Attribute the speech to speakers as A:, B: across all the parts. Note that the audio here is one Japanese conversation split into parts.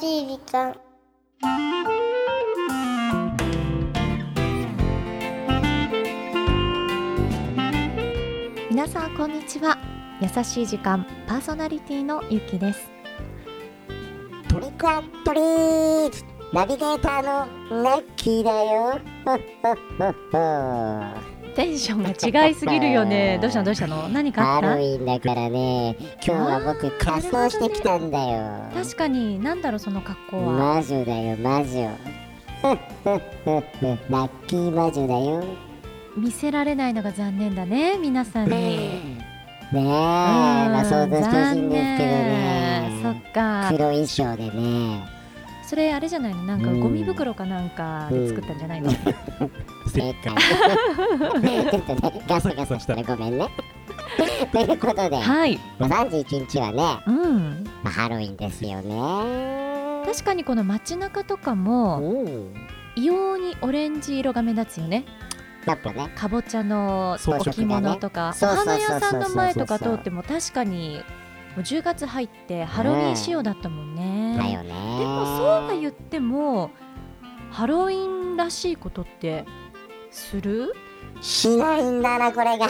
A: しい時間
B: 皆さんこんにちは優しい時間パーソナリティのゆきです
C: トリックアントリートナビゲーターのラッキーだ よほっほっほっほ
B: テンションが違いすぎるよ ねどうしたのどうしたの何かあ
C: ハ
B: っ
C: ロ
B: た
C: ウィンだからね今日は僕仮装してきたんだよ
B: 確かに何だろうその格好は
C: 魔女だよ魔女 ふっふっふっふラッキー魔女だよ
B: 見せられないのが残念だね皆さんに
C: ねえまあ想像してほしいんですけどね
B: 残念そっか
C: 黒衣装でね
B: それあれじゃないのなんか
C: うん
B: ゴミ袋かなんかで作ったんじゃないの、
C: 正 解 ちょっとねガサガサしたらごめんねということで
B: はい
C: まあ31日はね、ま
B: うん
C: あ、ハロウィンですよね。
B: 確かにこの街中とかも
C: うん。
B: 異様にオレンジ色が目立つよね
C: なんかね、
B: かぼちゃの
C: 装飾がね
B: 置物とか、
C: そう
B: お
C: そうそうそう
B: 花屋さんの前とか通っても確かにもう10月入ってハロウィン仕様だったもんね。
C: だよね。
B: でもそうは言ってもハロウィンらしいことってする
C: しないんだな、これが。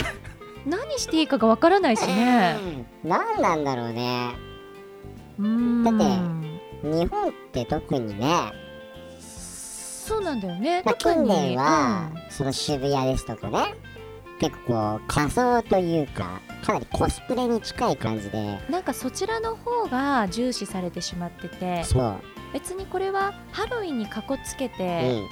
B: 何していいかがわからないしね。
C: 何なんだろうね。
B: うーん
C: だ日本って特にね、
B: そうなんだよね。
C: まあ、
B: 特
C: 近年
B: に、
C: は
B: うん、
C: その渋谷ですとかね、結構こう仮装というか、かなりコスプレに近い感じで、
B: なんかそちらの方が重視されてしまってて
C: そう、
B: 別にこれはハロウィンにかこつけ
C: う
B: て、
C: ん、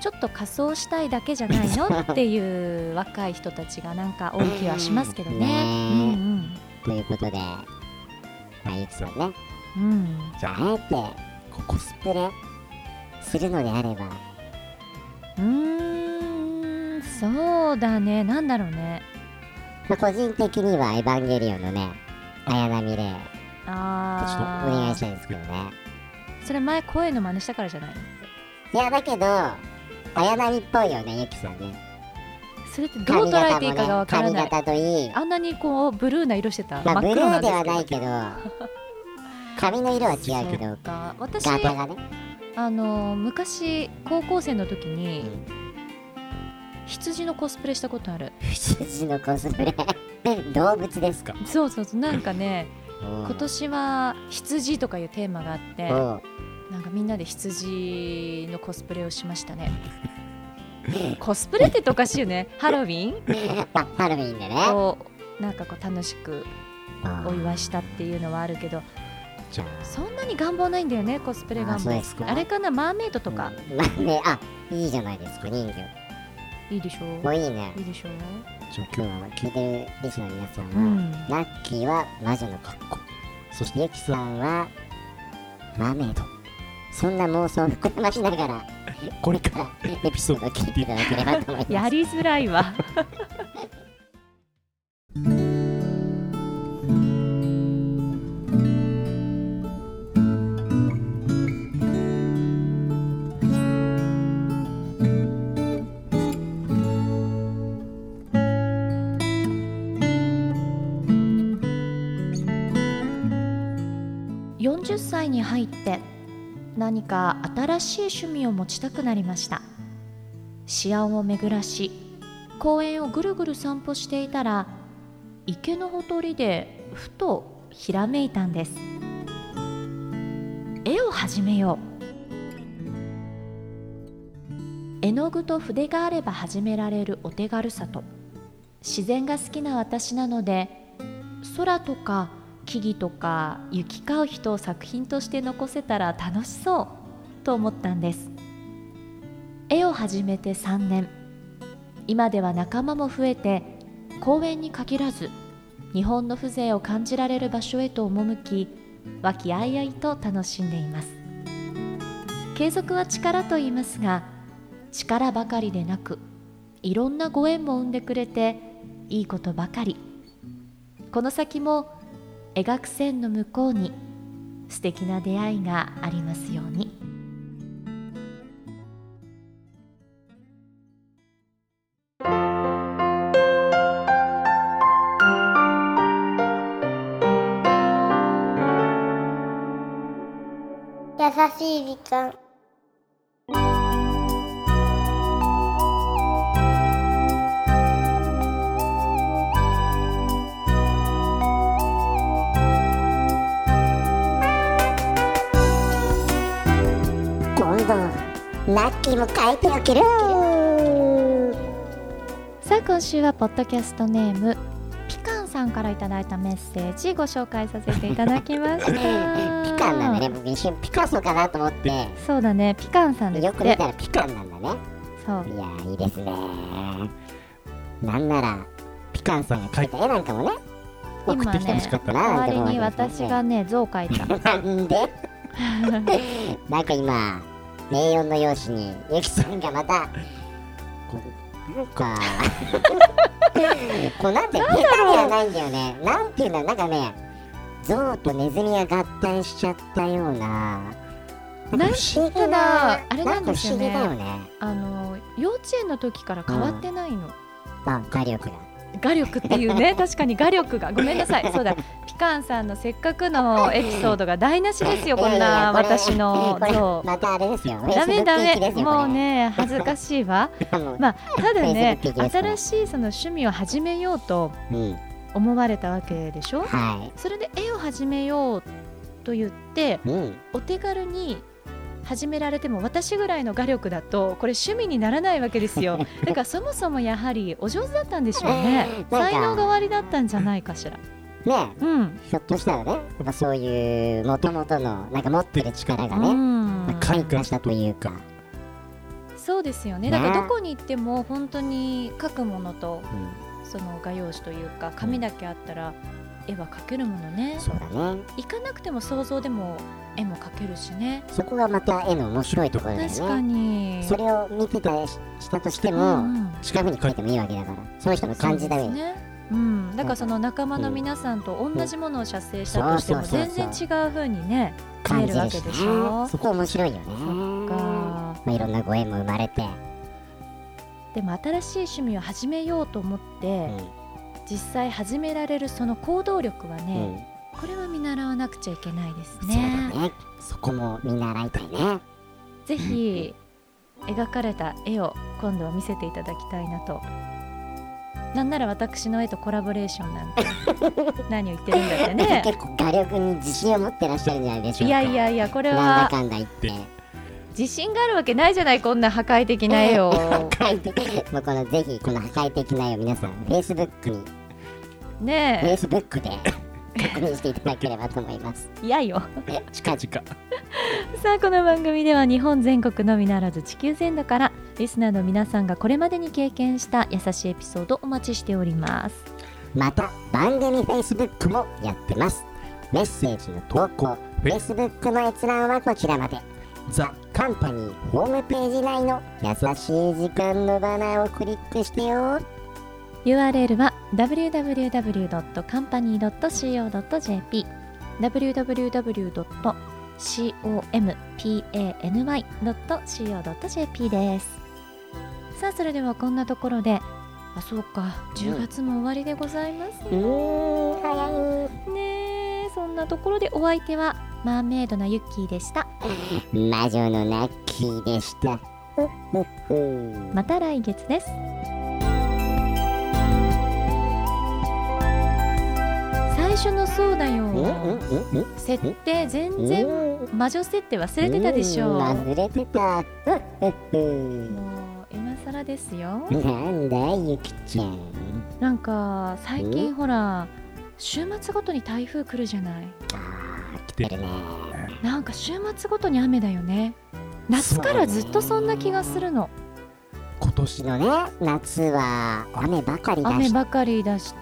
B: ちょっと仮装したいだけじゃないのっていう若い人たちがなんか多い気はしますけどね。
C: ね
B: うん
C: ということで、まあ、ゆきさんね、
B: うんうん、
C: じゃあ、あえてこうコスプレするのであれば、
B: うーんそうだねなんだろうね
C: まあ、個人的にはエヴァンゲリオンのね、綾波レイ、ちょっとお
B: あー
C: 願いしたいんですけどね。
B: それ前声の真似したからじゃない
C: いや、だけど、綾波っぽいよね、ゆきさんね。
B: それってどう
C: 髪
B: 捉え
C: 型
B: ていい
C: もね
B: かがわ、から
C: 髪
B: ない、
C: 型といい。
B: あんなにこうブルーな色してた、
C: まあ、ブ
B: 真っ
C: ル
B: 黒なん
C: ーで
B: です
C: は
B: けど
C: ないけど、髪の色は違うけ
B: そ
C: ど
B: っ、か私
C: ガタがね。
B: あの昔高校生の時に、
C: うん
B: 羊のコスプレしたことある
C: 羊のコスプレ。動物ですか。
B: そうそうそうなんかね今
C: 今
B: 年は羊とかいうテーマがあって
C: おう
B: なんかみんなで羊のコスプレをしましたね コスプレって言っておかしいよねハロウィン
C: まあ、ハロウィンでね。
B: をなんかこう楽しくお祝いしたっていうのはあるけど
C: じゃ
B: そんなに願望ないんだよねコスプレ願
C: あそう
B: 望
C: ですか
B: あれかなマーメイドとか、。
C: うんまあね、あ、いいじゃないですか、人形。
B: いいでしょ
C: も
B: う
C: ういいね。
B: いいでしょう
C: じゃあ今日は聞いてるリスナーの皆さんは、
B: うん
C: ラッキーは魔女の格好そしてゆきさんはマーメイドそんな妄想を膨らましながら これからエピソードを聞いていただければと思いま
B: や
C: す
B: りづらいわ40歳に入って何か新しい趣味を持ちたくなりました思案を巡らし公園をぐるぐる散歩していたら池のほとりでふとひらめいたんです絵を始めよう絵の具と筆があれば始められるお手軽さと自然が好きな私なので空とか木々とか行き交う人を作品として残せたら楽しそうと思ったんです絵を始めて3年今では仲間も増えて公園に限らず日本の風情を感じられる場所へと赴き和気あいあいと楽しんでいます継続は力と言いますが力ばかりでなくいろんなご縁も生んでくれていいことばかりこの先も描く線の向こうに素敵な出会いがありますように。
A: しい時間
C: 今度ラッキーも書いておける
B: さあ今週はポッドキャストネームピカンさんからいただいたメッセージご紹介させていただきました
C: ピカンなんだね僕一瞬ピカソかなと思って
B: そうだねピカンさんです
C: よ
B: っ
C: く見
B: て
C: たらピカンなんだね
B: そう
C: いやーいいですねなんならピカンさんが描いた絵なんかもね送
B: 今
C: ってきてほしか
B: ね
C: ったななん
B: 代
C: て思
B: わ
C: う
B: りに
C: わけです
B: 私
C: ね
B: がね像描いた
C: なんで なんか今、A4 の用紙に、ゆきさんがまた、こうなんか、こうなんて、下手ではないんだよね。なんていうんだろう、なんかね、象とネズミが合体しちゃったよう
B: な
C: な、
B: ん
C: 不思議
B: なあれ
C: な
B: なんん
C: か
B: で
C: 不
B: す
C: 思
B: よ
C: 議
B: ね
C: だよね。
B: あの幼稚園の時から変わってないの、
C: まあ、画力が。
B: 画力っていうね確かに画力がごめんなさいそうだピカンさんのせっかくのエピソードが台無しですよこん
C: いやいやい
B: な
C: やこれ
B: 私の
C: これ
B: 像
C: またあれですよ。
B: ダメ
C: Facebook
B: ダ
C: 行き
B: メ
C: ですよ
B: もう。
C: こ
B: ね恥ずかしいわ
C: れもう
B: まあただね
C: Facebook 行きですか
B: 新
C: ら
B: しいその趣味を始めようと
C: うん。
B: 思われたわけでしょ
C: は
B: それで絵を始めようと言って
C: い。うん。
B: お手軽に始められても私ぐらいの画力だとこれ趣味にならないわけです よだからそもそもやはりお上手だったんでしょうね
C: なんか
B: 才能がおありだったんじゃないかしら
C: ね
B: うん、
C: ひょっとしたらね、やっぱそういう元々のなんか持ってる力が
B: う
C: ね、
B: ん
C: 開花したというか、
B: そうですよね
C: ね
B: だからどこに行っても本当に書くものと
C: うん
B: その画用紙というか紙だけあったら絵は描けるものね
C: そうだね。
B: 行かなくても想像でも絵も描けるしね
C: そこがまた絵の面白いところだ
B: 確
C: よ
B: か
C: ね。
B: に
C: それを見てたししたとして
B: う
C: も、
B: んうん
C: 近くに描いてもいいわけだから、その人の感じだ
B: そう
C: よ
B: です
C: ね。
B: ねうん、だからその仲間の皆さんと同じものを写生したとして
C: う
B: も
C: んそうそう
B: 全
C: そう
B: 然違う風にね見
C: 感
B: え
C: じ
B: る
C: る
B: わ
C: し
B: け
C: ね
B: でしょ。
C: そこ面白いよね。
B: が
C: まあ、いろんなご縁も生まれて、
B: でも新しい趣味を始めようと思って、実際始められるその行動力は
C: うんう
B: ね、
C: ん
B: これは見習わなくちゃいけないです
C: そう
B: ね。
C: だね。そこも見習いたいね。
B: ぜひ描かれた絵を今度は見せていただきたいなと。なんなら私の絵とコラボレーションなんて何を言ってるんだってね。
C: 結構画力に自信を持ってらっしゃるんじゃないでしょ
B: いう
C: か。
B: やいやいやこれ
C: なんだ
B: は
C: かんだ言って。
B: 自信があるわけないじゃないこんな破壊的な絵 を
C: 破壊的もうこのぜひこの破壊的な絵を皆さん Facebook に
B: ね
C: Facebook で確認していただければと思います
B: え嫌よ
C: 近々
B: さあこの番組では日本全国のみならず地球全土からリスナーの皆さんがこれまでに経験した優しいエピソードお待ちしております
C: また番組 Facebook もやってますメッセージの投稿 Facebook の閲覧はこちらまでザ・カンパニーホームページ内の優しい時間のバナーをクリックしてよ
B: URL は www.company.co.jp www.company.co.jp ですさあそれではこんなところであそうか10月も終わりでございます
C: うーん早い
B: ねえそんなところでお相手はマーメイドなユッキーでした
C: 魔女のラッキーでしたふっふっふー
B: また来月です最初のそうだ
C: うんう
B: よ
C: んうんうん
B: 設定全
C: う
B: 然
C: ん
B: 魔女設定忘れてたでしょ
C: う
B: うん
C: 忘れてた。うん
B: もう今更ですよ
C: なんだゆきちゃん。
B: なんか最
C: う
B: 近ほら週末ごとに台風来るじゃない
C: あー来てるね。
B: なんか週末ごとに雨だよね夏からずっとそんな気がするの
C: 今年のね夏は雨ばかりだ
B: 雨
C: し。
B: ばかりだし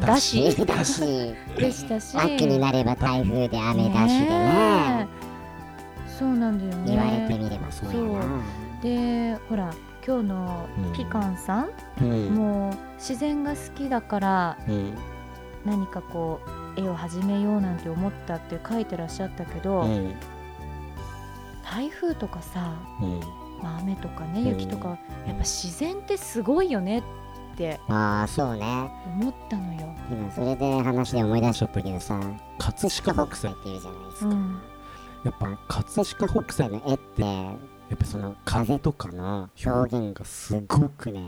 C: だ
B: だ
C: し
B: し
C: だし。
B: でしたし
C: 秋になれば台風で雨だしでね。
B: えそうなんだよ
C: 言われて
B: ね
C: みればそうやな。
B: でほら今日のピカンさん、
C: うん。
B: もう自然が好きだから
C: うん。
B: 何かこう絵を始めようなんて思ったって書いてらっしゃったけど、
C: うん。
B: 台風とかさ、
C: うん。
B: まあ、雨とか
C: うん
B: ね雪とか、やっぱ自然ってすごいよねって
C: ああそうね。
B: 思ったのよ。
C: 今それで話で思い出しちゃったけどさ、葛飾北斎っていうじゃないです
B: う
C: か。
B: ん
C: やっぱ葛飾北斎の絵ってやっぱその風とかの表現がすごくね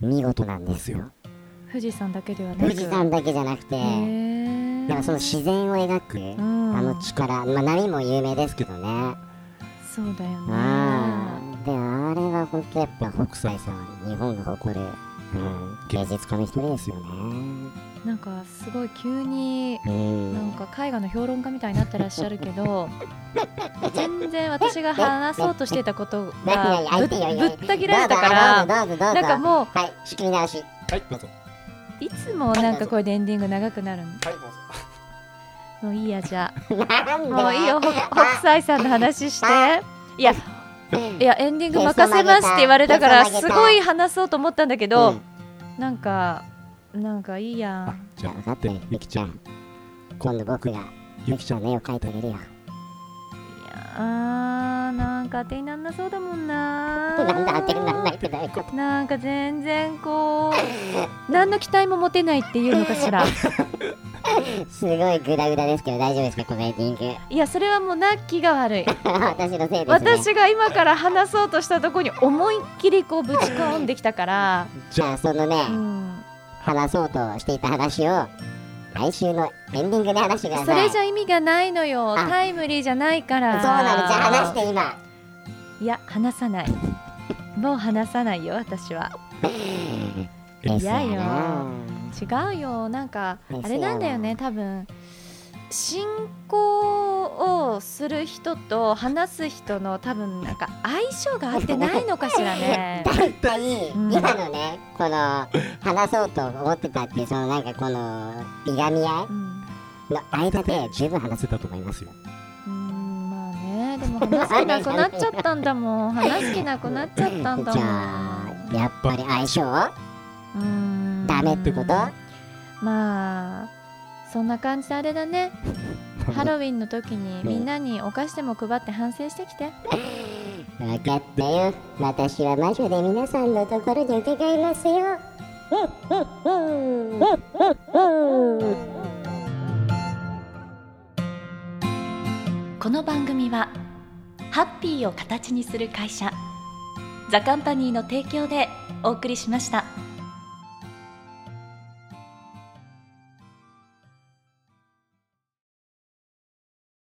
C: 見事なんですよ
B: 富士山だけではなく
C: 富士山だけじゃなくて
B: へ
C: な
B: ー
C: んかその自然を描く
B: う
C: あ
B: ん
C: の力まあ波も有名ですけどね
B: そうだよね
C: ああであれが本当やっぱ北斎さん日本が誇る、うん、芸術家の一人ですよね
B: なんかすごい急に
C: うん
B: なんか絵画の評論家みたいになってらっしゃるけ ど全然私が話そうとしてたことがぶっぶった切られたから
C: どうぞどうぞどうぞ
B: なんかもう
C: はい仕切り直しはいどうぞ
B: いつもなんかこういうエンディング長くなるの
C: はい
B: もういいやじゃ
C: どうぞなん
B: あ
C: だ
B: もういいよほ北斎さんの話していやいやエンディング任せますって言われたから
C: へそ曲
B: す
C: げた
B: ごい話そうと思ったんだけ
C: う
B: ど
C: ん
B: なんかなんかいいや
A: あ
B: ん
A: じゃあ分かったよゆきちゃん
C: 今度僕がゆきちゃんの絵を描いてあげるよ
B: いやあーなんか当てになんなそうだもんな
C: なんだ当てるなんないってどういうこと
B: なんか全然こう何の期待も持てないっていうのかし ら
C: すごいグダグダですけど大丈夫ですかこのエンディング
B: いやそれはもうナッキが 悪い
C: 私のせいですね
B: 私が今から話そうとしたとこに思いっきりこうぶち込んできたから、
C: じゃあそのね、
B: うん、
C: 話そうとしていた話を来週のエンディングで話してください
B: それじゃ意味がないのよ
C: あ
B: タイムリーじゃないか
C: そう
B: ら
C: なのじゃあ話して今
B: いや話さないもう話さないよ私は
C: ですよ
B: いやよ
C: ね
B: 違うよなんか
C: ですよ
B: あれなんだよね多分信仰をする人と話す人の多分なんか相性が合ってないのかしら ね
C: 大体
B: うん
C: 今のねこの話そうと思ってたっていうそのなんかこのいがみ合
B: うん
C: いの間で十分話せたと思いますよ
B: うんまあねでも話す気なくなっちゃったんだもん話す気なくなっちゃったんだ
C: じゃあ
B: も
C: やっぱり相性
B: んうん
C: ダメってこと
B: まあそんな感じであれだねハロウィンの時にみんなにお菓子でも配って反省してきて
C: 分かったよ私は魔女で皆さんのところに伺いますよ
B: この番組はハッピーを形にする会社ザカンパニーの提供でお送りしました。